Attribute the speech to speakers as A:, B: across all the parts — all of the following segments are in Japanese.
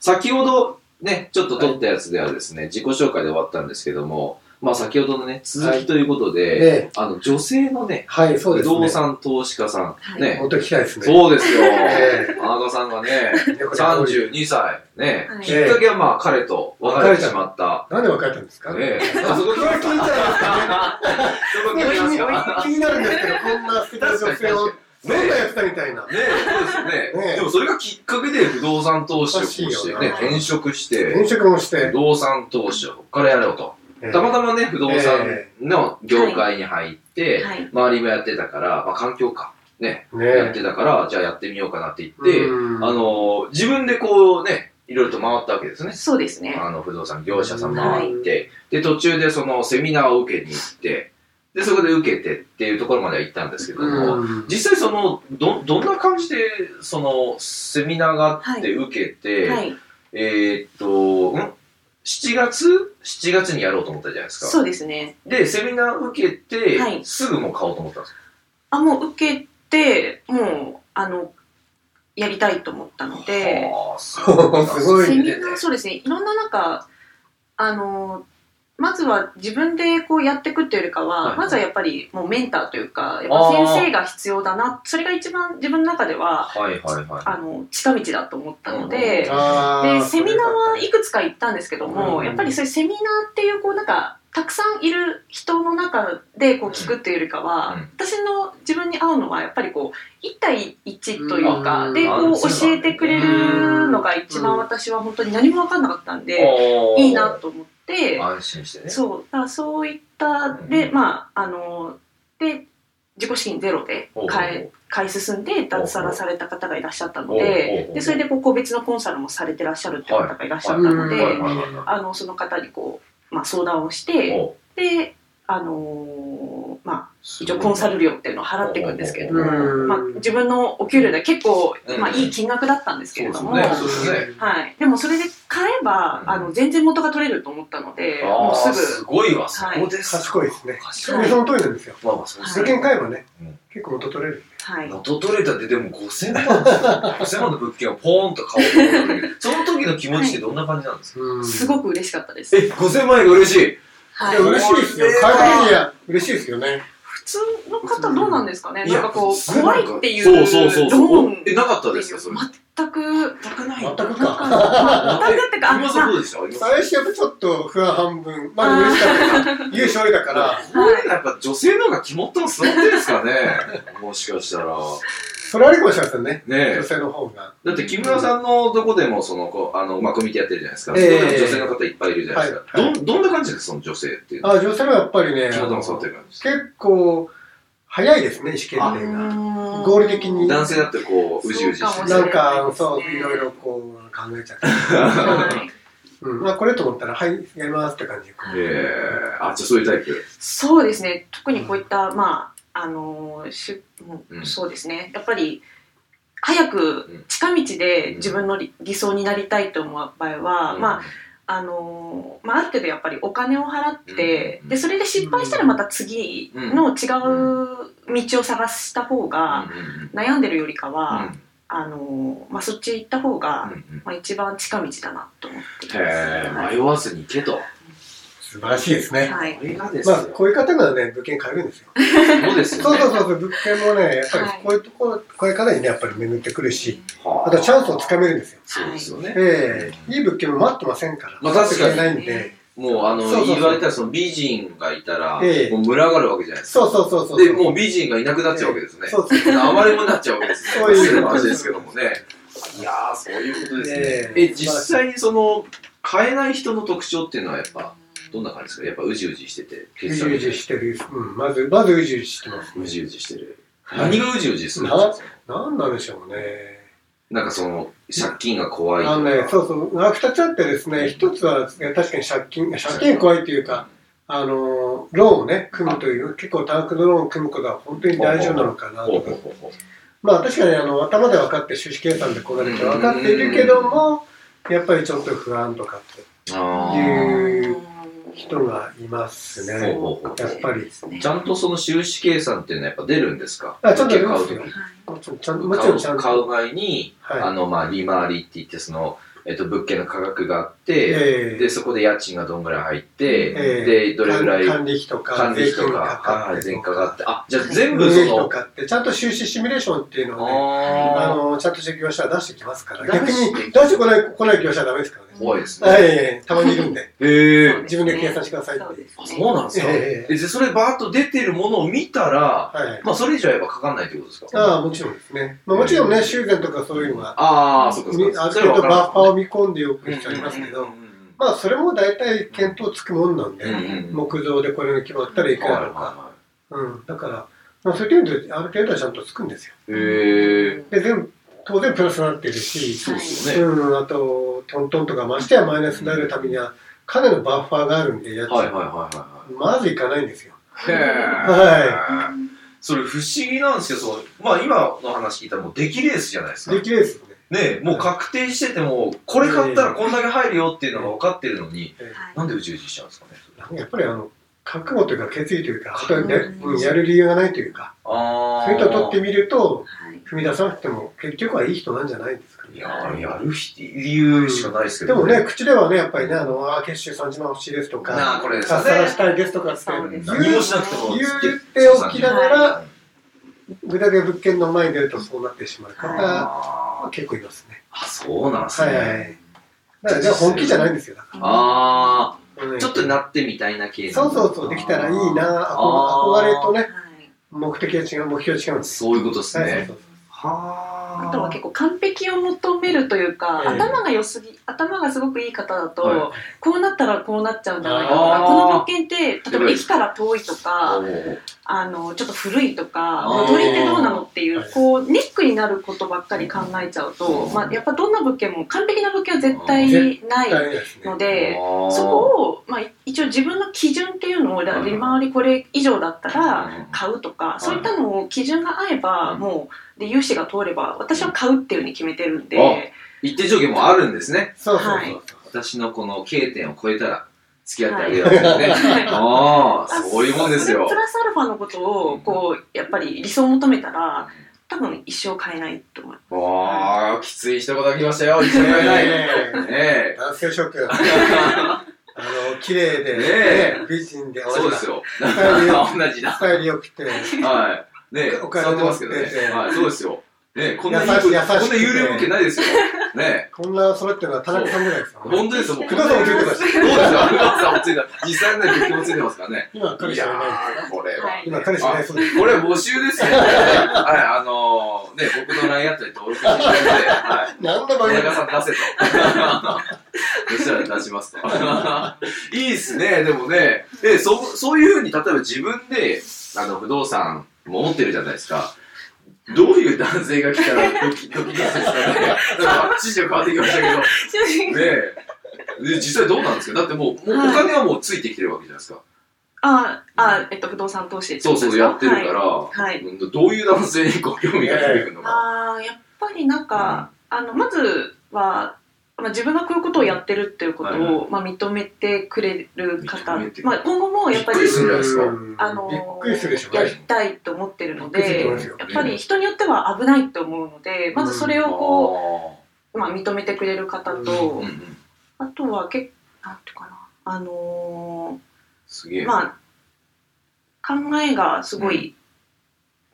A: 先ほどね、ちょっと撮ったやつではですね、自己紹介で終わったんですけども、まあ先ほどのね、続きということで、
B: ええ
A: あの、女性のね、
B: はい、そう
A: 不
B: ですね。
A: 動産投資家さん、
C: はい
A: ね
B: 本、当に聞きたいですね。
A: そうですよ。
B: え
A: 田中さんがね、
B: え猫ちゃんどういう
A: 32歳、ね、
C: はい
A: きっかけはまあ彼と別れてしまった。
B: なんで別れたんですか、
A: ね、あそこ
B: 僕は聞いちゃいますかね。
A: そこ聞き
B: 気
A: ます
B: に
A: か
B: 気になるんですけど、こんな素敵な女性を、どんなやつだみたいな。
A: ねそうですよね。
B: ね
A: でもそれがきっかけで不動産投資をこうして、ね
B: お、かしいよな
A: 転職して、
B: 転職もし
A: 不
B: て、
A: 動産投資をここからやろうと。たま
B: ま
A: たまね、不動産の業界に入って、
C: はい
A: 周りもやってたから、まあ環境か、ね、
B: ね
A: やってたから、じゃあやってみようかなって言って、
B: うん
A: あの、自分でこうね、いろいろと回ったわけですね。
D: そうですね。
A: あの、不動産業者さん回って、で、途中でそのセミナーを受けに行って、で、そこで受けてっていうところまでは行ったんですけども、
B: うん
A: 実際その、ど、どんな感じで、その、セミナーがあって受けて、
D: はい。
A: えーっと、ん ?7 月 ?7 月にやろうと思ったじゃないですか。
D: そうですね。
A: で、セミナー受けて、
D: はい
A: すぐもう買おうと思ったんですか
D: あ、もう受けて、もう、あの、やりたいと思ったので、
A: あーそう
B: すごい
D: セ
B: ね
D: ミナー、そうですね。いろんななんか、あの、まずは自分でこうやっていくっていうよりかは、
A: はい
D: まずはやっぱりもうメンターというか、やっぱ先生が必要だな、それが一番自分の中では、
A: はいはいはい。
D: あの、近道だと思ったの
A: うん
D: で、
B: あー
D: でセミナーはいくつか行ったんですけども、
A: うん
D: やっぱりそういうセミナーっていうこうなんかたくさんいる人の中でこう聞くっていうよりかは、
A: うん
D: 私の自分に合うのはやっぱりこう1対1というか、
B: うん
D: でこ
A: あ
D: う
A: そうなんだ
D: 教えてくれるのが一番私は本当に何も分かんなかったんで、
A: おー
D: いいなと思って、
A: 安心してね。
D: そうだからそういったで、
A: うん
D: まああので自己資金ゼロで買え買い進んで脱サラされた方がいらっしゃったの
A: ほうほうほ
D: で
A: う
D: でそれでこう個別のコンサルもされてらっしゃるっていう方がいらっしゃったので、
B: はいはい
A: はいはいはい
D: あのその方にこう、まあ、相談をし
A: お
D: て
A: ー
D: で、あのーまあ、
A: すごい
D: 一応コンサル料っていうのを払っていくんですけれども、
B: うん
D: まあ、自分のお給料で結構
A: う、ん
D: まあ、いい金額だったんですけれども。
A: そうですね
B: そうですね
D: はい、でもそれで買えば
A: うん
D: あの全然元が取れると思ったので
A: あ
D: も
A: ー
D: う
A: す
D: す
A: ごいわ、
D: はい
A: そうです。
B: 賢いですね。
A: 賢
B: そ
A: い。
B: の通りなんですよ。
A: まあまあ、そうです
B: 物
A: ね。
B: 件買えばね
A: うん、
B: 結構元取れる。
D: ぐ、はい、
A: 元取れたってでも5000万ですよ。5000万の 物件をポーンと買おうと思ったんだけど、その時の気持ちってどんな感じなんですか、
D: す
B: い。
D: ごく嬉しかったです、
A: え、5000万円が嬉しい。
D: はい
B: や、、嬉しいですよ。買えばいいや、嬉しいですよね。
D: 普通の方どうなんですかね
A: い
D: な
A: や
D: んかこ
A: す
D: う
A: ごい
D: 怖いっていう
A: そうそうそうそう
D: ドーン
A: えなかったですかそれ
D: 全く
A: 全くない
B: 全
A: 今
B: く
D: なん
B: か。
D: か全くってかあ
A: さ
D: まあ
A: どうでした今さ
B: 最初やっぱちょっと不安半分。まあ、嬉しかったから。優勝だから。
A: これやっぱ女性の方が肝っ玉座ってるんですかね もしかしたら。
B: それあるかもしれませんね。
A: ねえ
B: 女。性の方が。
A: だって木村さんのとこでも、その、こうあの、まあ、コミュニティやってるじゃないですか。
B: ええ
A: そこでも女性の方いっぱいいるじゃないですか。
B: はいはい
A: どん、どんな感じですか、その女性っていうのは。
B: あ女性はやっぱりね、
A: 肝っ玉座ってる感じです
B: 結構早いですね、意思決定が。
D: うん
B: 合理的に
A: 男性だってこう、うじうじ
D: そう
A: して
D: かも
A: ね
D: し
B: な
D: れ
B: ん
D: そう
B: か
D: で、
B: そう、
D: すね
B: いろいろこう考えちゃって。
D: はい
B: うん、まあこれと思ったら、はい、やりますって感じ。
A: ええあ、じゃあそういうタイプ。
D: そうですね特にこういった、まああのーしもう
A: うん
D: そうですねやっぱり早く近道で自分の理理想になりたいと思う場合は、まああのーまあ、ある程度やっぱりお金を払って、
A: うん
D: でそれで失敗したらまた次の違う道を探した方が、
A: うんうん
D: 悩んでるよりか
A: うん
D: は、あのーまあ、そっち行った方が、
A: うんうん
D: まあ、一番近道だなと思っています。
A: へえ、迷わずに行けと。
B: 素晴らしいですね。
D: はい
A: これがです
B: ま
A: よ。
B: あ、こういう方がね、物件買えるんですよ。
A: そうですよ
B: そう
A: ね。
B: そうそうそう、物件もね、やっぱり
D: はい
B: こういうところ、これからにね、やっぱり巡ってくるし、
A: は
B: あとチャンスをつかめるんですよ。
A: そうですよね。
B: ええいい物件も待ってませんから。
A: まあ確かに
B: 待ってないんで。
A: もうあの
B: そうそうそう
A: 言われたらその美人がいたら、
B: ええ
A: もう群がるわけじゃないですか。
B: そうそうそうそう。
A: で、もう美人がいなくなっちゃうわけですね。
B: そうそう。
A: 哀れもなっちゃうわけですね。
B: そういう
A: 話ですけどもね。いやー、そういうことですね。
B: ええ
A: え、実際にその、買えない人の特徴っていうのはやっぱ、どんな感じですかやっぱうじうじしてて、
B: うじうじしてる。うん、まず、まずうじうじしてます。
A: うじうじしてる。何がうじうじするんです
B: 何なんでしょうね。
A: なんかその、借金が怖いと
B: あのね、
A: か。
B: そうそう、まあ二つあってですね、一つはですね、確かに借金、借金が怖いというか、あの、ローンをね、組むという、結構単独のローンを組むことは本当に大丈夫なのかな
A: ほうほ
B: とか
A: う。ほうほう
B: まあ確かにあの、頭で分かって収支計算でこうなるって分かっているけども、やっぱりちょっと不安とかって
A: あー
B: いう人がいます
A: ほう
B: ね。
A: ほうほう
B: やっぱり。
A: ちゃんとその収支計算っていうのはやっぱ出るんですか
B: あちゃんと出ますよ
A: 買う
B: ちゃん
A: と
B: もちろんちゃんと。
A: 買う前に、あ
B: はい。
A: の、まあ、利回りって言って、その、えっと、物件の価格があって、
B: え
A: で、そこで家賃がどんぐらい入って、
B: ええ
A: で、どれぐらい
B: 管理費とか、
A: 管理費とか、はいはい
B: 税
A: 全価
B: 金がか
A: があ
B: か
A: っ
B: っ
A: て、
B: て
A: あ、じゃあ
D: はい
A: 全
B: とか、
A: 部
B: 運営
A: そ
B: 費と
A: の、
B: かって、ちゃんと収支シミュレーションっていうのをね、あ
A: あ
B: の、ちゃんとした業者は出してきますから、
A: 出
B: 逆
A: して
B: に出してこない、来ない業者はダメですから
A: ー、
B: ね。
A: 怖いですね。
B: はいはいはい、たまにいるんで。
A: へえ。
B: 自分で計算してくださいって
D: そうですね
A: あ、そうなんですか
B: ええ
A: え、で、それバーッと出てるものを見たら、
B: はい。
A: まあ、それ以上はやっぱかかんないってことですか
B: ああ、もちろんですね。まあ、もちろんね、修繕とかそういうのは、
A: ああ、そっかそっ
B: み
A: か。
B: ある
A: それは分
B: 程度
A: からん
B: バッファーを見込んでおく
A: うん
B: 必要ありますけ
A: う
B: ど
A: ん、うんうん
B: まあ、それも大体見当つくもんなんで
A: うんうん、
B: 木造でこれが決まったらいくらとか。
A: は
B: うん。だから、まあ、そういう意味で、ある程度はちゃんとつくんですよ。
A: いはいはいへえ。
B: で、全部、当然プラスになってるし、
A: そうですよね。
B: うん、あと、トントンとか、ましてやマイナスになるためには、かなりのバッファーがあるんで、やつ、
A: はいはいはいは
B: まずいかないんですよ。
A: い。へえ。
B: は
A: それ不思議なんですけど、そのまあ今の話聞いたらもう出来レースじゃないですか
B: で。きれいですよね。
A: ねえもう確定してても、これ買ったらこんだけ入るよっていうのが分かってるのに、
B: え
A: なんでうじうじしちゃうんですかね。
B: えやっぱり、あの、覚悟というか、決意というか、あとはね
D: うん
B: うんやる理由がないというか、
A: ああ。
B: そういう人を取ってみると、
D: はい
B: 踏み出さなくても、結局はいい人なんじゃないですかね
A: いやーやる理由しかないですけ
B: で
A: ど、
B: もね、口ではね、やっぱりね、あの、あー、月収30万欲しいですと
A: なあ、
B: か、
A: これです
B: さ
A: よ
B: っさら
A: ね
B: し。たいですとかって
D: そうです
A: 何もしなくても。
B: 言っておきながら、
A: うん
B: 具体的な物件の前に出るとそうなってしまう方は
A: あ
B: 結構いますね。
A: ーあ、そうなんです
B: は
A: ね。
B: いはい。だから、じゃあ本気じゃないんですよ。だか
A: あ
B: ら
A: あ、ちょっとなってみたいな系
B: そうそうそう、できたらいいな、憧憧れとね、
D: はい
B: 目的が違う、目標が違うんです。
A: そういうことですね。
B: はいそうそう
A: はあ。
D: あとは結構完璧を求めるというか、
B: ええ
D: 頭が良すぎ頭がすごくいい方だと、
A: は
D: こうなったらこうなっちゃうんじゃないかと
A: あ
D: か
A: ー
D: この物件って例えば駅から遠いと
A: お
D: か
A: ー
D: あのちょっと古いとか
A: あー
D: 戻りってどうなのっていう
B: はい
D: こうネックになることばっかり考えちゃうと、
A: うん
D: まあ、やっぱどんな物件も完璧な物件は絶対な
B: そう大
D: い
B: 変ですね。
D: の
A: あ
D: で。
A: ー
D: そこを、まあ、一応自分の基準っていうのをだ
A: うん
D: 利回りこれ以上だったら
A: うん
D: 買うとか、
A: い
D: そういったのを基準が合えば、
A: うん
D: もうで融資が通れば私は買うっていうふうに決めてるんで、
A: 一定条件もあるんですね。
B: そうそう
D: はい
B: そう。
A: 私のこの K 点を超えたら付き合ってあげようっていうね。ああ、 そういうもんですよ
D: プ。ラスアルファのことをこうやっぱり理想を求めたら多分一生買えない と思う
A: わあ、きつい一言来ましたよ。一緒に会えない。ね
B: ね
A: え。
B: え男性諸君、あの、綺麗で、
A: ね
B: ね美人で、
A: そうですよ。同じだ。
B: スタイル良くて、
A: はい。ねえ、
B: お
A: 伝わ
B: 金
A: ってますけどね
B: 持ってて。
A: はい、そうですよ。ねえ、こんなに、
B: 優し
A: こん
B: い優
A: な
B: しくて
A: 有料物件ないですよ。 ねえ。
B: こんな揃ってるのは田中さんぐらいですよね。
A: 本当ですよ。もう
B: 福田さんもついてたし
A: そうですよ。福田さんもついてた。実際の物件もついてますからね。
B: 今、彼
A: い
B: 氏
A: や
B: はいないんです
A: ー、これ
D: は
A: は。
D: い
B: 今、彼氏いないそうです。
A: これ募集ですよね。はい、あのー、ね、僕の LINE あったり登録していただいて、はい。
B: なんだ
A: 田
B: 番組
A: 中さん出せと。そしたら出しますと。 いいっすね、でもね。え、そ、そういうふうに、例えば自分で、あの、不動産持ってるじゃないですか。どういう男性が来 たらドキドキですかね。なんか、指示が変わってきましたけど。ねえ。で、実際どうなんですかだってもう、もうお
D: はい
A: 金はもうついてきてるわけじゃないですか。
D: ああ、えっと、不動産投資って
A: そ
D: こ
A: う
D: と
A: そう、
D: ですか
A: やってるから、
D: はい、はい、
A: うんどういう男性にご興味が出てくるのか。
D: あーやっぱりなんか、あのまずは、まあ、自分がこういうことをやってるっていうことを、
A: はいは
D: まあ、認めてくれる方
A: 認めて、
D: まあ、今後もやっぱり
A: びっくりするんじゃないですか
B: うん
D: あの
B: びっくりするでしょう
D: やり
B: ね。
D: たいと思ってるの
B: びっくりする
D: で
B: と思いますよ
D: やっぱり人によっては危ないと思うのでまずそれをこう、まあ、認めてくれる方
A: あー
D: と
A: うんうん
D: あとは結なんていうかなあの
A: すげえ。
D: ーまあ考えがすごい、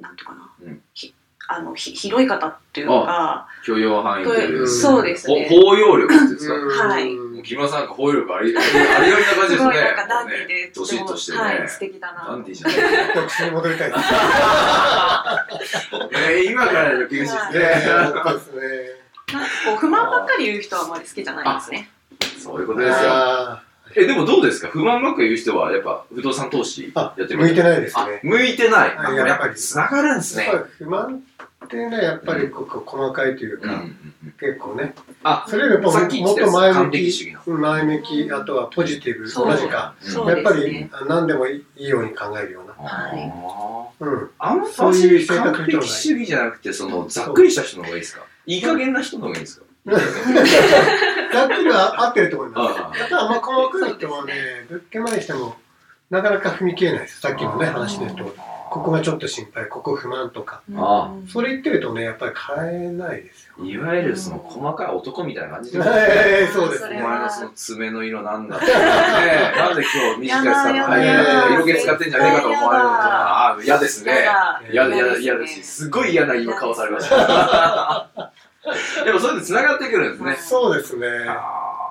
D: なんていうかな、
A: うん
D: ひあのひ広い方っていうか
A: 許容範囲といううん
D: そうです
A: ほ
D: ね
A: 包容力っていうんですか、
D: はい
A: もう木村さんなんか包容力あり、 ありありな感じですす
D: ごい
A: ね。
D: なんかダンディーで、
A: どしっとしてね。
D: はい、素敵だな。
A: ダンディーじゃない。ね
B: 独身に戻りたいです。
A: 今からの厳しいですね。
B: そうですね。
D: なんかこう不満ばっかり言う人はあまり好きじゃないですね。
A: そういうことですよ。
B: あ
A: え、でもどうですか不満ばっかり言う人は、やっぱ不動産投資や
B: あ
A: ってる
B: 向いて
A: い
B: ないです
A: あ
B: ね。、
A: 向いてない。
B: はい
A: や
B: や
A: っぱ
B: っぱ
A: り
B: り
A: 繋がるんです
B: や
A: ね
B: っぱ。り不満っていうのはやっぱりこうこう細かいという
A: うんう
B: か、
A: ん
B: 結構ね。
A: あ
B: それよりやっ
A: さ
B: ぱ
A: っき言
B: も
A: っ
B: って
A: たや
B: と
A: つ
B: 前
A: 完
B: 向
A: 璧主義
B: き
A: の、
B: うん前向き、あとはポジティブ、
D: そう
B: 同じか。
D: そう
B: やっ
D: で
B: ぱ
D: す
B: り
D: ね
B: あ何でもいいように考えるような。
A: あ
B: うん。
A: あんま
B: そういう
A: り
B: 性格
A: 完璧主義じゃなくて、その、ざっくりした人の方がいいですかいい加減な人の方がいいですか
B: ざっくりは合ってると思います。
A: あ
B: やっぱりあんま細かい人はね、ぶっけまでしても、なかなか踏み切れないです。さっきのね、
A: あー
B: 話ですと、ここがちょっと心配、ここ不満とか。
A: あ
B: それ言ってるとね、やっぱり変えないですよ。
A: いわゆるその細かい男みたいな感じで。
B: ええ そうです
A: お
D: そ
B: ね。
D: れ
A: 前
D: は
A: のその爪の色なんだね えなんで今日短いさんの
B: やだやだ
A: 色気使ってんじゃねえかと思われるの
D: やだ
A: ああ嫌ですね嫌
B: や
A: だ
B: だ
A: 嫌だ嫌だしすごい嫌な今顔されました でもそれで繋がってくるんですね
D: はい
B: そうですね。
A: あ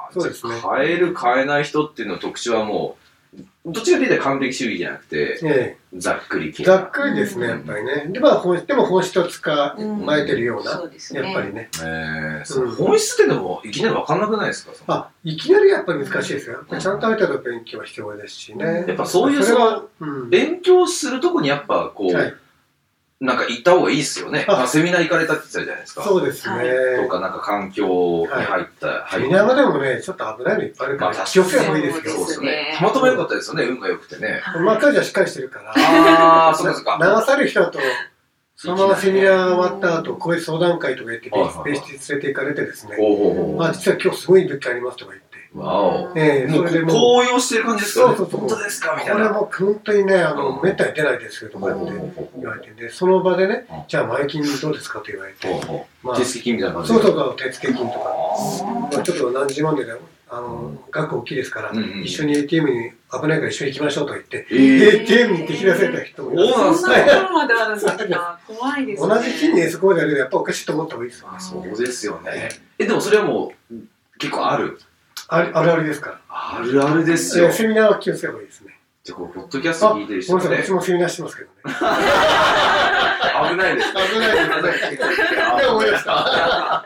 A: あ
B: そうですね
A: じゃあ変える変えない人っていうの特徴はもうどっちかというと完璧主義じゃなくて
B: え
A: ざっくり
B: え
A: 系
B: ざっくりですね、やっぱりね。で、まあ、本質でも本質を使え
D: うん
B: まえてるような
D: そ、うですね
B: やっぱりね。
A: ええその本質ってでもいきなり分かんなくないですかその
B: あ、いきなりやっぱり難しいですよ。やっぱりちゃんとある程度勉強は必要ですしね。
A: やっぱそういう
B: そ
A: そ
B: れ
A: の
B: は、うん。
A: 勉強するとこにやっぱこう、
B: はい、
A: なんか行った方がいいです よね。
B: あ
A: まあセミナー行かれたって言ってたじゃないですか。
B: そうです
D: は
B: ね
D: い。
A: とか、なんか環境に入った、入っ
B: 見な
A: た
B: がらでもね、ちょっと危ないのいっぱいあるか
A: ま
B: ら、
A: あ
B: 気をつけた方がいいですけ
A: そう
B: ど
A: で。すね
D: ね。
A: たまたま良かったですよね、運が良くて ね。
D: はい
B: まあ、彼女はしっかりしてるから、
A: ああ、そうですか。
B: 流される人だと、そのままセミナー終わった後、こういう相談会とか行って、
A: はいはいはい
B: 別室に連れて行かれてですね、
A: おお。
B: まあ、実は今日すごい物件ありますとか言って、
A: わお。
B: ええ
A: も
B: そうれでもう、
A: 高揚してる感じですかね。
B: そうそうそう
A: 本当ですかみたい
B: これ
A: な。
B: も本当にね、あの、
A: うん
B: めったに出ないですけど、とかって言われて、で、その場でね
A: うん、
B: じゃあ、前金どうですかと言われて、
A: ほうほ
B: ま
A: う
B: あ、
A: 手つき金みたいな感じ
B: そうそう
A: う。
B: そう、手付金とか、
A: あ
B: まあちょっと何十万でね、あの、額大きいですから、
A: うんうん
B: 一緒に ATM に危ないから一緒に行きましょうと言って、
A: ーええ。
B: ATM に行ってき出せた人もいます。
A: そうなんです
D: そんなところまであるんですか怖いですね
B: 同じ日にねそこまでやるのはやっぱおかしいと思った方がいいですよ。
A: あそうですよね。え、でもそれはもう、結構ある。
B: あるあるあるですから。
A: あるあるです
B: え
A: よ
B: ー。セミナーは気をつけばいいですね。
A: じゃあ、こう、ポッドキャスト聞いてる
B: ご
A: 人も
B: めんなさい、
A: ね
B: 私、もセミナーしてますけどね。
A: 危ないです。
B: 危ないです、危ないです。でも思いました。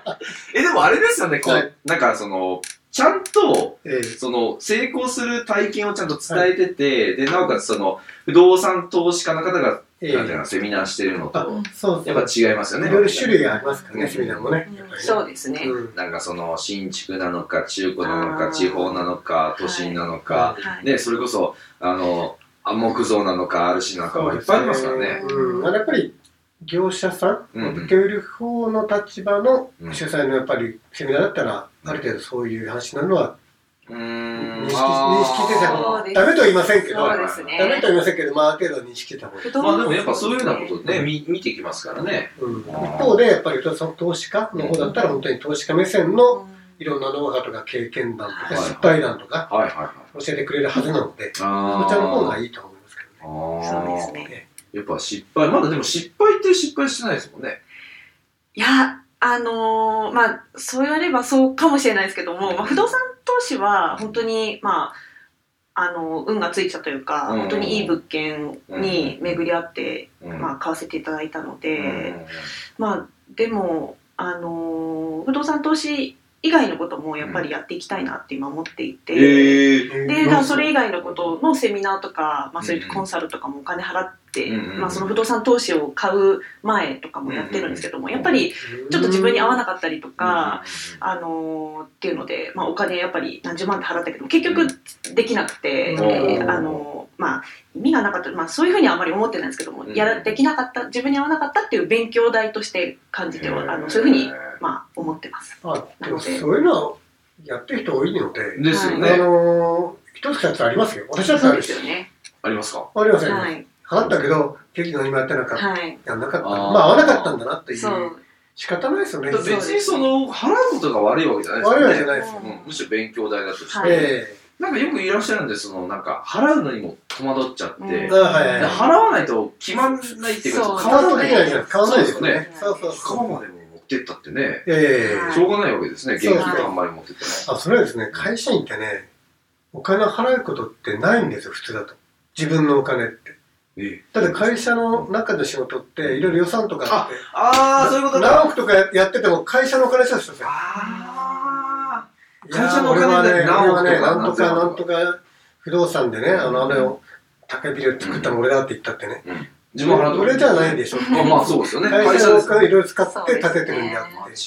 A: え、でもあれですよね、こう、
B: はい
A: なんかその、ちゃんと、
B: えー
A: その、成功する体験をちゃんと伝えてて、で、なおかつその、不動産投資家の方が、
B: え
A: なんていう
B: ー
A: の、セミナーしてるの
B: あ
A: と、、
B: そう
A: や
B: そう。
A: っぱ違いますよね。
B: いろいろ種類がありますから
A: うん
B: ね、セミナーもね。やっぱりね
D: そうですね
B: うん
A: なんかその、新築なのか、中古なの
D: あ
A: か、
D: ー
A: 地方なのか、都心なのか、
D: はい
A: ね、それこそ、あの、あ木造なのか、RC なのか、いっぱいありますからね。
B: うん、あのやっぱり業者さ
A: うんうん
B: ん、受け売る方の立場の
A: うん
B: 主催のやっぱりセミナーだったら、ある程度そういう話になるのは
A: うーん。
B: 認識
A: あー
B: 認識してた
D: 方が
B: ダメとは言いませんけど、
D: そう
B: ダ
D: です
B: メ
D: ね
B: とは言いませんけど、まあある程度は認識してた方がいい。
A: まあでもやっぱそういうようなことね、
B: うん
A: み見てきますからね。
B: うん一方で、やっぱりその投資家の方だったら、本当に投資家目線のいろんなノウハウとか経験談と
A: はい
B: か失敗談とか
A: はいはいはい。
B: 教えてくれるはずなので、
A: あ
B: そ
A: あ。
B: ちらの方がいいと思いますけどね。
D: そう
A: あ
D: です
A: あ。
D: ね
A: やっぱ失敗、まだでも失敗って失敗してないですもんね。
D: いや、あのーまあ、そう言われればそうかもしれないですけども、まあ、不動産投資は本当に、まあ、あの、運がついたというか、
A: うん
D: 本当にいい物件に巡り合って、
A: うん
D: まあ、買わせていただいたの
A: う
D: で、
A: ん
D: まあ、でも、あのー不動産投資以外のこともやっぱりやっていきたいなって今思っていて、
A: ええ。
D: で、だからそれ以
B: 外
D: 外のことのセミナーとか、まあ、そういうコンサルとかもお金払って、
A: うん
D: まあ、その不動産投資を買う前とかもやってるんですけども、
A: うん
D: やっぱりちょっと自分に合わ
B: な
D: なかったりとか、あのーっていうので、まあ、お金やっぱり何十万って払ったけど結局できなくて、
A: うん
D: あのーまあ、意味がなかった、まあ、そういうふうにはあまり思ってないんですけども、
A: うん
D: やらできなかった自分に合わなかったっていう勉強代として感じてはあのそういうふうに、まあ、思ってます。
B: あでもそういうのはやってる人多いので、
A: に。ですよ
B: あ
A: ね。
B: のー、一つ二つありますよ。私だって
D: そ
B: あ
D: うで
B: る
D: す
B: し。
D: よね。
A: ありますか
B: ありません。
D: は
B: 払
D: い。
B: ったけど、結局何もやってなかった。
D: はい。
B: やんなかった。
A: あ
B: ま
A: ー
B: あ合わなかったんだなってい。
D: そうう。
B: 仕方ないですよね。
A: 別にその、払うことが悪いわけじゃないです
B: 悪い
A: よ
B: わ
A: ね
B: けじゃないですよ。
A: うんむしろ勉強代だとして、
D: はい
B: え
A: なんかよくいらっしゃるんで、その、なんか、払うのにも戸惑っちゃって、
D: うん
A: で
B: あはい
A: 払わないと決まんないっていうか、
D: そう
B: え。
A: 買
B: 買
A: わ
B: わ
A: な
B: ないとできないじゃん。買わないですよね。
D: そ
B: そうう
D: そ
B: そうう
A: 買
B: そう。
A: わまでも持ってったってね、
B: ええ
D: はい
A: しょうがないわけですね、現金とあんまり持ってってね。
B: あ、それはですね、会社員ってね、お金を払うことってないんですよ、普通だと。自分のお金って。
A: ええ
B: ただ会社の中の仕事って、いろいろ予算とかあって、
A: ああ、そういうことだ。
B: 何億とかやってても会社のお金じゃんですよ。
A: あ
B: いや
A: 会社のお金で
B: 俺はね、俺はね、
A: 何
B: な
A: 億と
B: んと
A: か
B: かなんとか不動産でね、あの、あれを、高いビルを作ったの俺だって言ったってね
A: うん、自分は払って
B: これじゃないんでしょ。
A: あまあそうですよね。
B: 会
A: 会
B: 社
A: 社
B: の
A: で
B: お
A: すね。
B: 金いろいろ使って建ててるんであ
A: 間
B: っ
A: 違いないで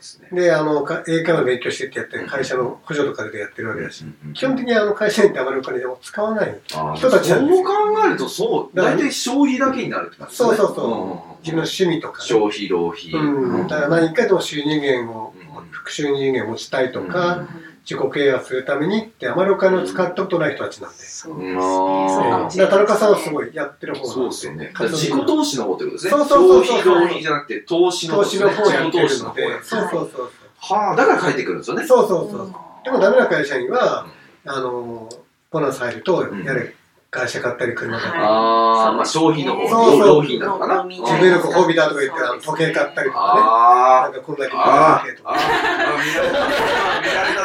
A: すね。
B: て。で、あの、か英会話勉強してってやってる会社の補助とかでやってるわけだし、基本的にあの会社員ってあまりお金でも使わない。
A: あー
B: 人たちなんです
A: そう
B: よ
A: 考えると、そう、
B: だから
A: 大体消費だけになるって感じですね。
B: そうそうそうん
A: んん
B: 自分の趣味とかね、
A: 消費、浪費。
B: うん、だから何かでも収入源を
A: うん、
B: 副収入源を持ちたいと
A: う
B: か、自己啓発するためにって、あまりお金を使ったことない人たちなんで。
D: そう
A: う
D: で
A: ん
D: すね。そうか
B: だ
D: も
B: か
D: しれ
B: ら
D: ない
B: 田中さんは
D: ですす
B: ごいやってる方
A: そう
B: なん
A: で
B: です
A: よね。だか
B: そう
A: ら
B: そう
A: 自己投資の方ってことですね。
B: そうそうそう
A: 消費、浪費じゃなくて、投資の方
B: 投
A: ですね
B: 資の方をやってる
A: 自己投資
B: の
A: の方
B: で。そうそうそう
A: はあ、だから帰ってくるんですよ
B: そう。
A: ね。
B: そうそうそう。でもダメな会社員は、あの、ボーナス入ると
A: ん、
B: やれ、会社買ったり車買ったり。
A: ああ、まあ消費の方、
B: そうそう
A: 浪費なのかな。
D: 自
B: 自分のご褒美だとか言って、あの時計買ったりとかね。な
A: あ
B: んかこんだ
A: ー
B: け
A: あー、あ
B: 買っ
A: ー
B: とか。
A: あー、見られたぞ。見られたぞ。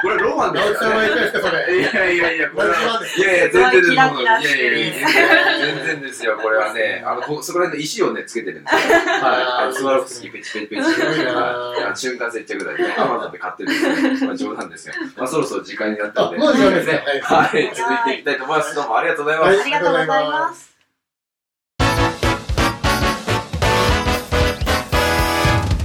A: これロマンで
B: 青木
A: す
B: さん
A: よ
B: は
A: ね。
B: いかがですか、それ。
A: いやいやいや、これは。
B: なんで
A: いやいや、全然です。
D: キラキラしてる
A: いやいやいや全然ですよ。これはね、あの、こそこら辺の石をね、つけてるんですよ。はい。あのスワロフスキーペチペチペチ。
B: すごいな
A: はいあの瞬間接着剤ね、アマゾンで買ってるんですよ。まあ冗談ですよ。まあそろそろ時間になったんで。
B: あもう時間ですか
A: ね
B: は
A: はい。続いていきたいと思います。どうもありがとうございます。
B: は
D: ありがとうございます。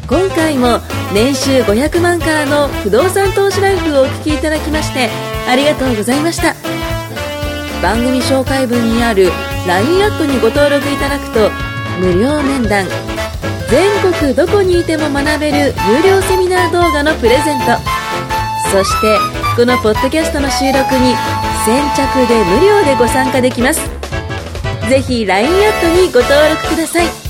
C: 今回も年収500万からの不動産投資ライフをお聞きいただきましてありがとうございました番組紹介文にある LINE アットにご登録いただくと無料面談全国どこにいても学べる有料セミナー動画のプレゼントそしてこのポッドキャストの収録に先着で無料でご参加できますぜひ LINE アットにご登録ください